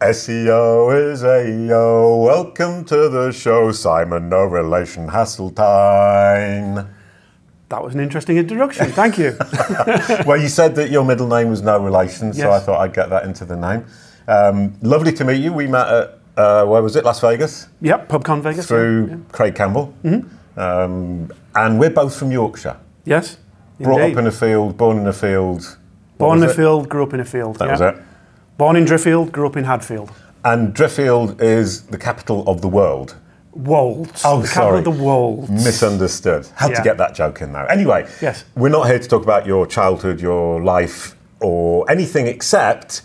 SEO E is AO. Welcome to the show, Simon. No relation, Hasseltine. That was an interesting introduction. Thank you. well, you said that your middle name was no relation, so Yes. I thought I'd get that into the name. Um, lovely to meet you. We met at uh, where was it? Las Vegas yep, PubCon Vegas. through Craig Campbell, Mm-hmm. um, and we're both from Yorkshire. Yes. Brought indeed. up in a field, born in a field. What Born in was a it? field, grew up in a field. That yeah. was it. Born in Driffield, grew up in Hadfield. And Driffield is the capital of the world. Wolds. Oh, the capital sorry. of the Wolds. Misunderstood. Had to Yeah. get that joke in there. Anyway, Yes. we're not here to talk about your childhood, your life, or anything except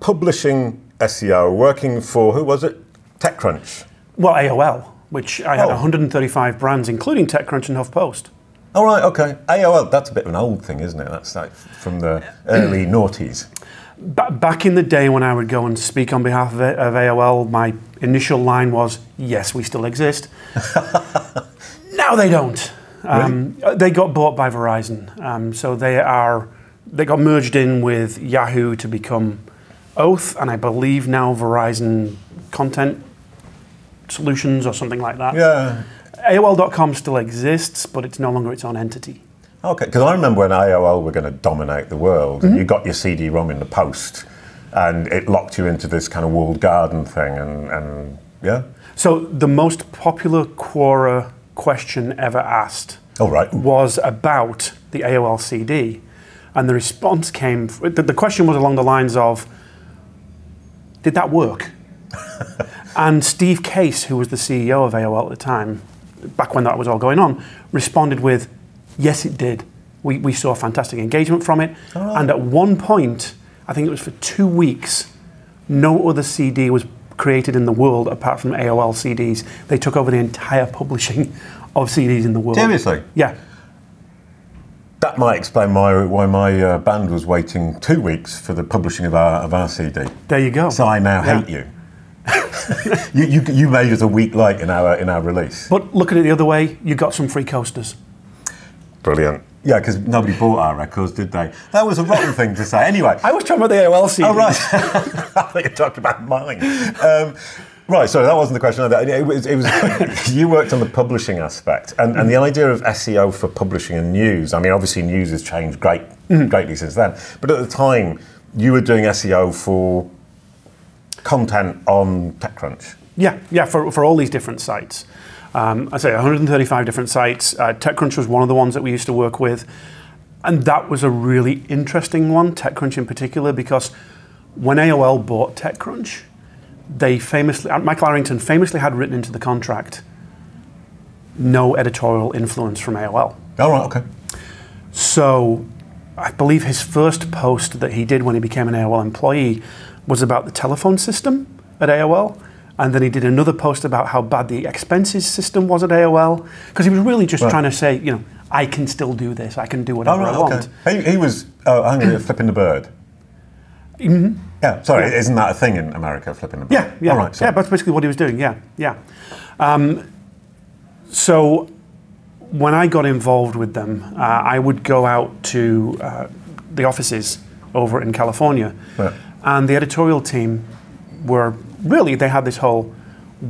publishing SEO, working for, who was it? TechCrunch. well, AOL, which I Oh. had 135 brands, including TechCrunch and HuffPost. All Oh, right, okay. AOL, that's a bit of an old thing, isn't it? That's like from the early noughties. Ba- back in the day when I would go and speak on behalf of, A- of AOL, my initial line was, yes, we still exist. now they don't. Um, uh, They got bought by Verizon. Um, so they are, they got merged in with Yahoo to become Oath, and I believe now Verizon Content Solutions or something like that. Yeah. AOL.com still exists, but it's no longer its own entity. Okay, because I remember when AOL were going to dominate the world, and you got your CD-ROM in the post, and it locked you into this kind of walled garden thing, and, and yeah. So the most popular Quora question ever asked All right. was about the AOL CD, and the response came. The, the question was along the lines of, "Did that work?" and Steve Case, who was the CEO of AOL at the time, back when that was all going on, responded with, "Yes, it did. We we saw fantastic engagement from it, Oh. and at one point, I think it was for two weeks, no other CD was." Created in the world apart from AOL CDs. They took over the entire publishing of CDs in the world. Seriously? Yeah. That might explain my, why my uh, band was waiting two weeks for the publishing of our, of our CD. There you go. So I now Oh. Yeah. hate you. you, you. You made us a week late in our, in our release. But look at it the other way, you got some free coasters. Brilliant. Yeah, because nobody bought our records, did they? That was a rotten thing to say. Anyway, I was talking about the AOL CD. Oh, right. I thought you talked about mine. Um, right, so that wasn't the question. either. It was, it was you worked on the publishing aspect and, and the idea of SEO for publishing and news. I mean, obviously, news has changed great, greatly since then. But at the time, you were doing SEO for content on TechCrunch. Yeah, yeah, for, for all these different sites. Um, I say 135 different sites. Uh, TechCrunch was one of the ones that we used to work with. And that was a really interesting one, TechCrunch in particular, because when AOL bought TechCrunch, they famously, uh, Michael Arrington famously had written into the contract no editorial influence from AOL. All Oh, right, okay. So I believe his first post that he did when he became an AOL employee was about the telephone system at AOL. And then he did another post about how bad the expenses system was at AOL. Because he was really just trying to say, you know, I can still do this. I can do All whatever Oh, right, I want. okay. He, he was, oh, hang on, a minute, flipping the bird. Yeah, sorry, isn't that a thing in America, flipping the bird? Yeah, yeah, All right, so yeah. That's basically what he was doing. Yeah, yeah. Um, so when I got involved with them, uh, I would go out to uh, the offices over in California, Yeah. and the editorial team were really they had this whole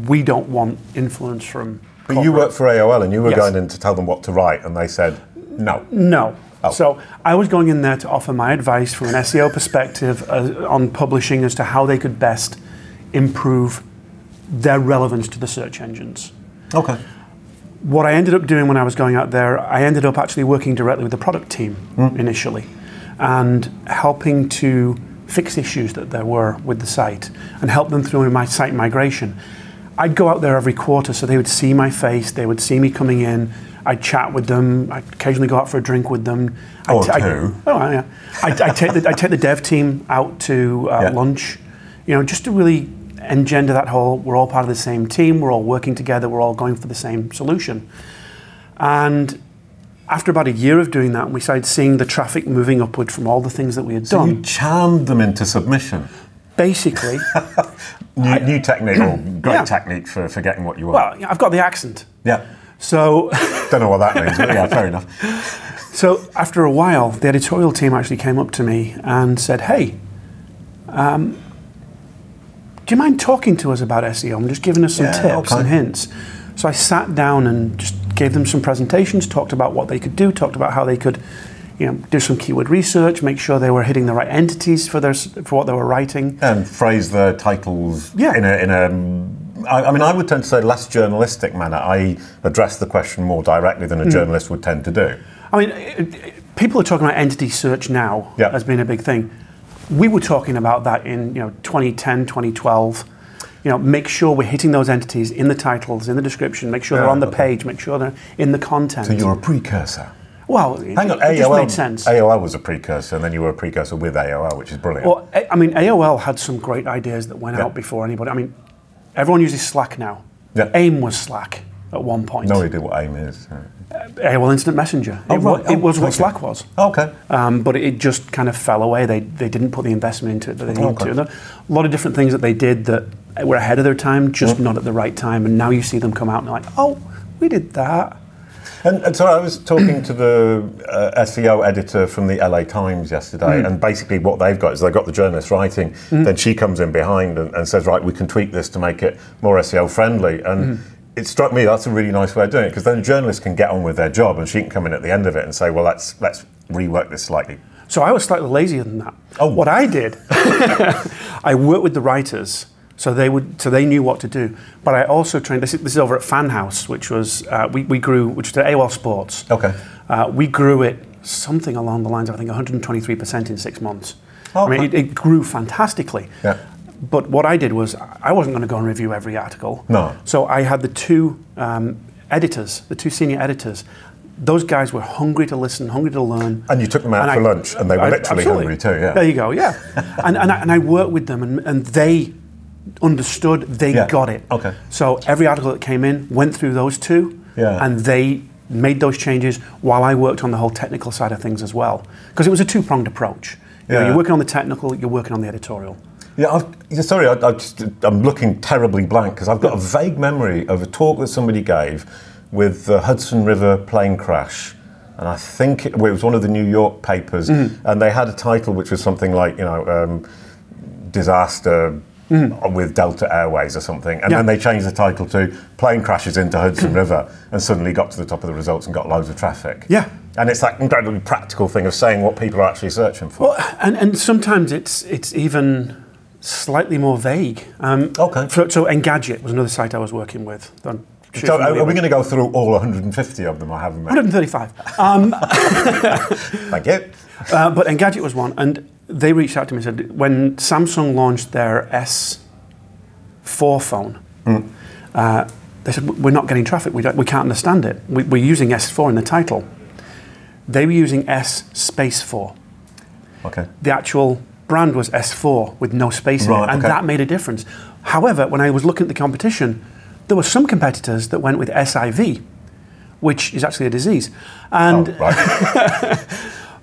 we don't want influence from. But you worked for AOL and you were Yes. going in to tell them what to write, and they said no. No. Oh. So I was going in there to offer my advice from an SEO perspective uh, on publishing as to how they could best improve their relevance to the search engines. Okay. what I ended up doing when I was going out there, I ended up actually working directly with the product team Hmm. initially and helping to fix issues that there were with the site and help them through my site migration. I'd go out there every quarter so they would see my face, they would see me coming in, I'd chat with them, I'd occasionally go out for a drink with them. I'd Or t- I'd- two. Oh, yeah. I, I take the I take the dev team out to uh, Yeah. lunch, you know, just to really engender that whole. We're all part of the same team. We're all working together. We're all going for the same solution. And after about a year of doing that, we started seeing the traffic moving upward from all the things that we had So done. you charmed them into submission. Basically, New, new technique, or great Yeah. technique for, for getting what you want. well, I've got the accent. yeah. So, Don't know what that means, but yeah, fair enough. so after a while, the editorial team actually came up to me and said, "Hey, um, do you mind talking to us about SEO and just giving us some Yeah, tips okay. and hints? So I sat down and just gave them some presentations, talked about what they could do, talked about how they could, you know, do some keyword research, make sure they were hitting the right entities for their s- for what they were writing. and Um, phrase their titles Yeah. in a, in a I, I mean, I would tend to say less journalistic manner. I address the question more directly than a Hmm. journalist would tend to do. I mean, it, it, people are talking about entity search now Yeah. as being a big thing. We were talking about that in you know 2010, 2012. You know, make sure we're hitting those entities in the titles, in the description. Make sure Yeah, they're on the okay. page. Make sure they're in the content. So you're a precursor. well, it, Hang on, it AOL, just made sense. AOL was a precursor, and then you were a precursor with AOL, which is brilliant. Well, A- I mean, AOL had some great ideas that went out before anybody. I mean, everyone uses Slack now. Yeah. AIM was Slack at one point. no idea what AIM is. AOL Instant Messenger. it, wa- right. Oh, it was what thank you. Slack was. Okay. Um, but it just kind of fell away. They, they didn't put the investment into it that they needed Okay. to. And A lot of different things that they did that were ahead of their time, just not at the right time. And now you see them come out and they're like, oh, we did that. And, and so I was talking to the uh, SEO editor from the LA Times Hmm. yesterday, and basically what they've got is they've got the journalist writing, then she comes in behind and, and says, Right, we can tweak this to make it more SEO friendly. And Hmm. it struck me that's a really nice way of doing it because then a journalist can get on with their job and she can come in at the end of it and say, Well, let's, let's rework this slightly. So I was slightly lazier than that. Oh. What I did, I worked with the writers, so they would, so they knew what to do. But I also trained. This is, this is over at Fan House, which was uh, we, we grew, which was AOL Sports. Okay. Uh, we grew it something along the lines of I think 123 percent in six months. I mean, Okay. it, it grew fantastically. Yeah. But what I did was I wasn't going to go and review every article. No. So I had the two um, editors, the two senior editors. Those guys were hungry to listen, hungry to learn. And you took them out And Uh, for I- lunch, and they were I- literally absolutely. hungry too, yeah. There you go, yeah. and, and, I, and I worked with them, and, and they understood, they Yeah, got it. okay. So every article that came in went through those two, Yeah. and they made those changes while I worked on the whole technical side of things as well. Because it was a two pronged approach. You know, Yeah. you're working on the technical, you're working on the editorial. Yeah, I've, yeah, sorry, I, I just, I'm looking terribly blank because I've got a vague memory of a talk that somebody gave with the Hudson River plane crash. And I think it, well, it was one of the New York papers, Mm-hmm. and they had a title which was something like, you know, um, disaster with Delta Airways or something. And Mm-hmm. Yeah. then they changed the title to Plane Crashes into Hudson River and suddenly got to the top of the results and got loads of traffic. Yeah. And it's that incredibly practical thing of saying what people are actually searching for. Well, and, and sometimes it's it's even slightly more vague. Um, Okay. So, so Engadget was another site I was working with. that I'm so sure you're are, familiar are we with. going to go through all 150 of them? I haven't met. 135. Um, Thank you. uh, but Engadget was one, and they reached out to me and said when Samsung launched their S4 phone, Hmm. uh, they said we're not getting traffic. We, don't, we can't understand it. We, we're using S4 in the title. They were using S space 4. Okay. the actual brand was S4 with no space in Right, it, and okay. that made a difference. However, when I was looking at the competition, there were some competitors that went with SIV, which is actually a disease. And Oh. right.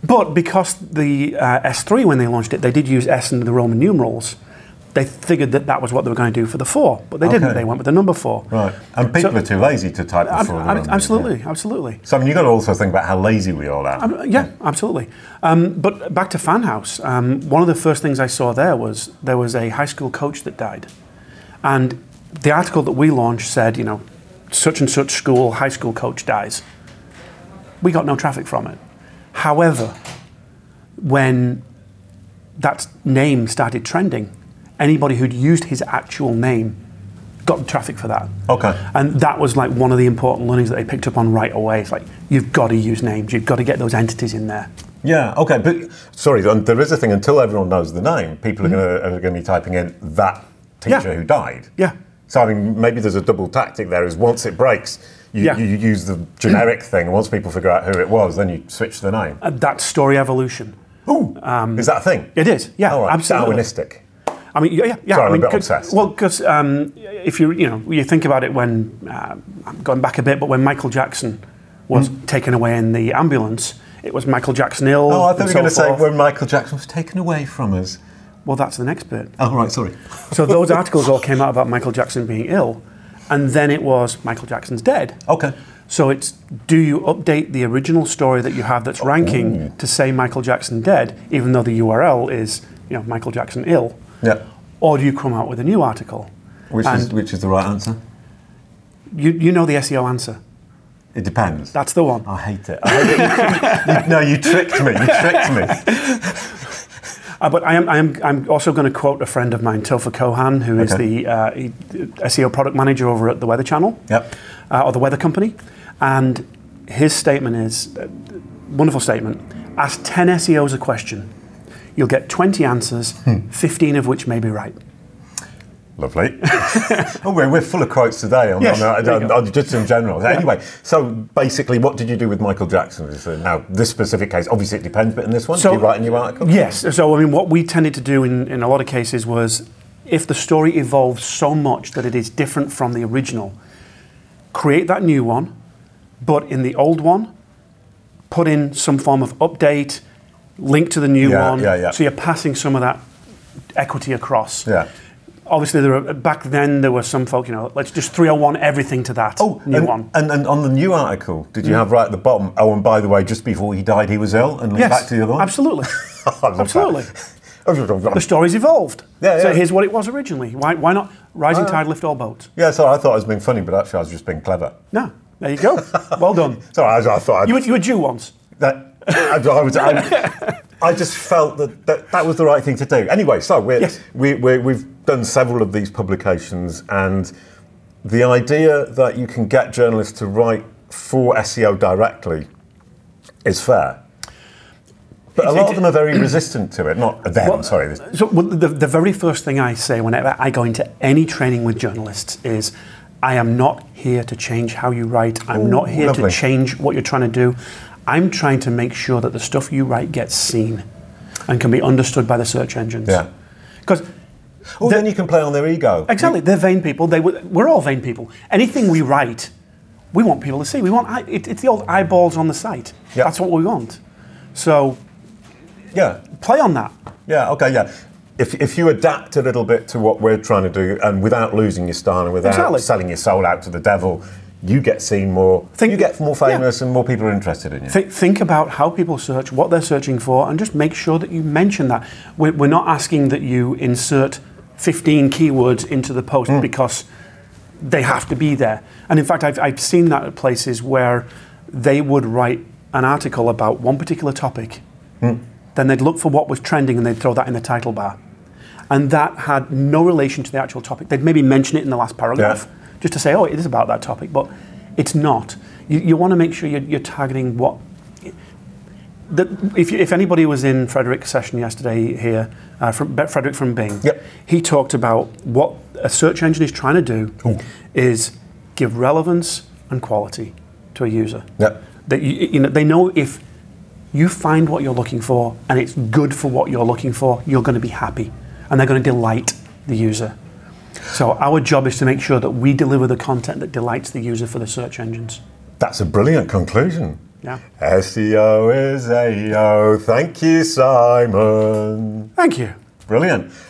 but because the uh, S3 when they launched it, they did use S and the Roman numerals. They figured that that was what they were going to do for the four, but they didn't. Okay. They went with the number four. right. And people So- are too lazy to type Ab- before ab- the round, absolutely, absolutely. So I mean, you've got to also think about how lazy we all are. Uh, Yeah, absolutely. Um, but back to Fanhouse, um, one of the first things I saw there was there was a high school coach that died, and the article that we launched said, you know, such and such school high school coach dies. We got no traffic from it. However, when that name started trending, anybody who'd used his actual name got traffic for that. okay. And that was like one of the important learnings that they picked up on right away. It's like you've got to use names, you've got to get those entities in there. Yeah. Okay. But sorry, th- there is a thing. Until everyone knows the name, people are going to are going to be typing in that Mm-hmm. Yeah. teacher who died. Yeah. So I mean, maybe there's a double tactic there. Is once it breaks, you, Yeah. you, you use the generic thing, and once people figure out who it was, then you switch the name. And that's story evolution. Ooh, is that a thing? It is, Uh, um, yeah, All right. absolutely. Darwinistic. I mean, yeah, yeah. yeah. Sorry, I I'm a mean, bit 'cause- obsessed. Well, because um, if you you know you think about it when uh, I'm going back a bit, but when Michael Jackson was taken away in the ambulance, it was Michael Jackson ill. Hmm. Oh, I thought and you were so going to say forth. when Michael Jackson was taken away from us. Well, that's the next bit. Oh, right. Sorry. So those articles all came out about Michael Jackson being ill, and then it was Michael Jackson's dead. Okay. So it's do you update the original story that you have that's ranking to say Michael Jackson dead, even though the URL is you know Michael Jackson ill, Yeah. or do you come out with a new article? Which is And- which is the right answer? You, you know the SEO answer. It depends. That's the one. I hate it. I hate it. You, you- no, you tricked me. You tricked me. Uh, but I am, I am I'm also going to quote a friend of mine, Topher Cohan, who is Okay. the uh, he- SEO product manager over at the Weather Channel. Yep. uh, or the weather company, and his statement is a wonderful statement. Ask 10 SEOs a question. You'll get 20 answers, Hmm. 15 of which may be right. Lovely. oh, we're, we're full of quotes today on, Yes, on, there on, you on, go. just in general. Anyway, so basically, what did you do with Michael Jackson? Is, uh, now, this specific case, obviously it depends, but in this one, So- did you write a new article? Yes, so I mean, what we tended to do in, in a lot of cases was if the story evolves so much that it is different from the original, create that new one, but in the old one, put in some form of update, link to the new Yeah, one, yeah, yeah. so you're passing some of that equity across. Yeah. obviously there were, back then there were some folk you know let's just 301 everything to that Oh, new and, one Mm. And, and on the new article, did you have right at the bottom? Oh, and by the way, just before he died, he was ill, and link back to the other one. absolutely Oh, I love that. Oh, absolutely the story's evolved Yeah, Oh. so yeah. here's what it was originally why, why not rising tide lift all boats yeah, sorry, I thought I was being funny, but actually I was just being clever. no there you go well done Sorry, I, I thought I'd, you were, you were due once that I, I, was, I, I just felt that, that that was the right thing to do. Anyway, so we're, Yes. we, we we've done several of these publications, and the idea that you can get journalists to write for SEO directly is fair. But a It's- lot it- of them are very resistant to it. Not them, Well, uh, sorry. this- So well, the, the very first thing I say whenever I go into any training with journalists is, I am not here to change how you write. I'm not here lovely. to change what you're trying to do. I'm trying to make sure that the stuff you write gets seen and can be understood by the search engines. Yeah. Because Oh, then you can play on their ego. exactly, they're vain people. They would- we're all vain people. Anything we write, we want people to see. We want eye- it, it's the old eyeballs on the site. Yeah. That's what we want. So Yeah, play on that. yeah, okay, yeah. If, if you adapt a little bit to what we're trying to do, and without losing your style and without Exactly. selling your soul out to the devil, you get seen more. Think- you get more famous, and more people are interested in you. Think, think about how people search, what they're searching for, and just make sure that you mention that. We're, we're not asking that you insert 15 keywords into the post because they have to be there. And in fact, I've, I've seen that at places where they would write an article about one particular topic, then they'd look for what was trending and they'd throw that in the title bar. And that had no relation to the actual topic. They'd maybe mention it in the last paragraph just to say, oh, it is about that topic, but it's not. You, you want to make sure you're, you're targeting what. That if, you- if anybody was in Frederick's session yesterday here, uh, from, Be- Frederick from Bing, Yep. he talked about what a search engine is trying to do is give relevance and quality to a user. Yep. That you, you know, they know if you find what you're looking for and it's good for what you're looking for, you're going to be happy and they're going to delight the user. So our job is to make sure that we deliver the content that delights the user for the search engines. That's a brilliant conclusion. E Yeah. SEO is AO. E Thank you, Simon. Thank you. Brilliant.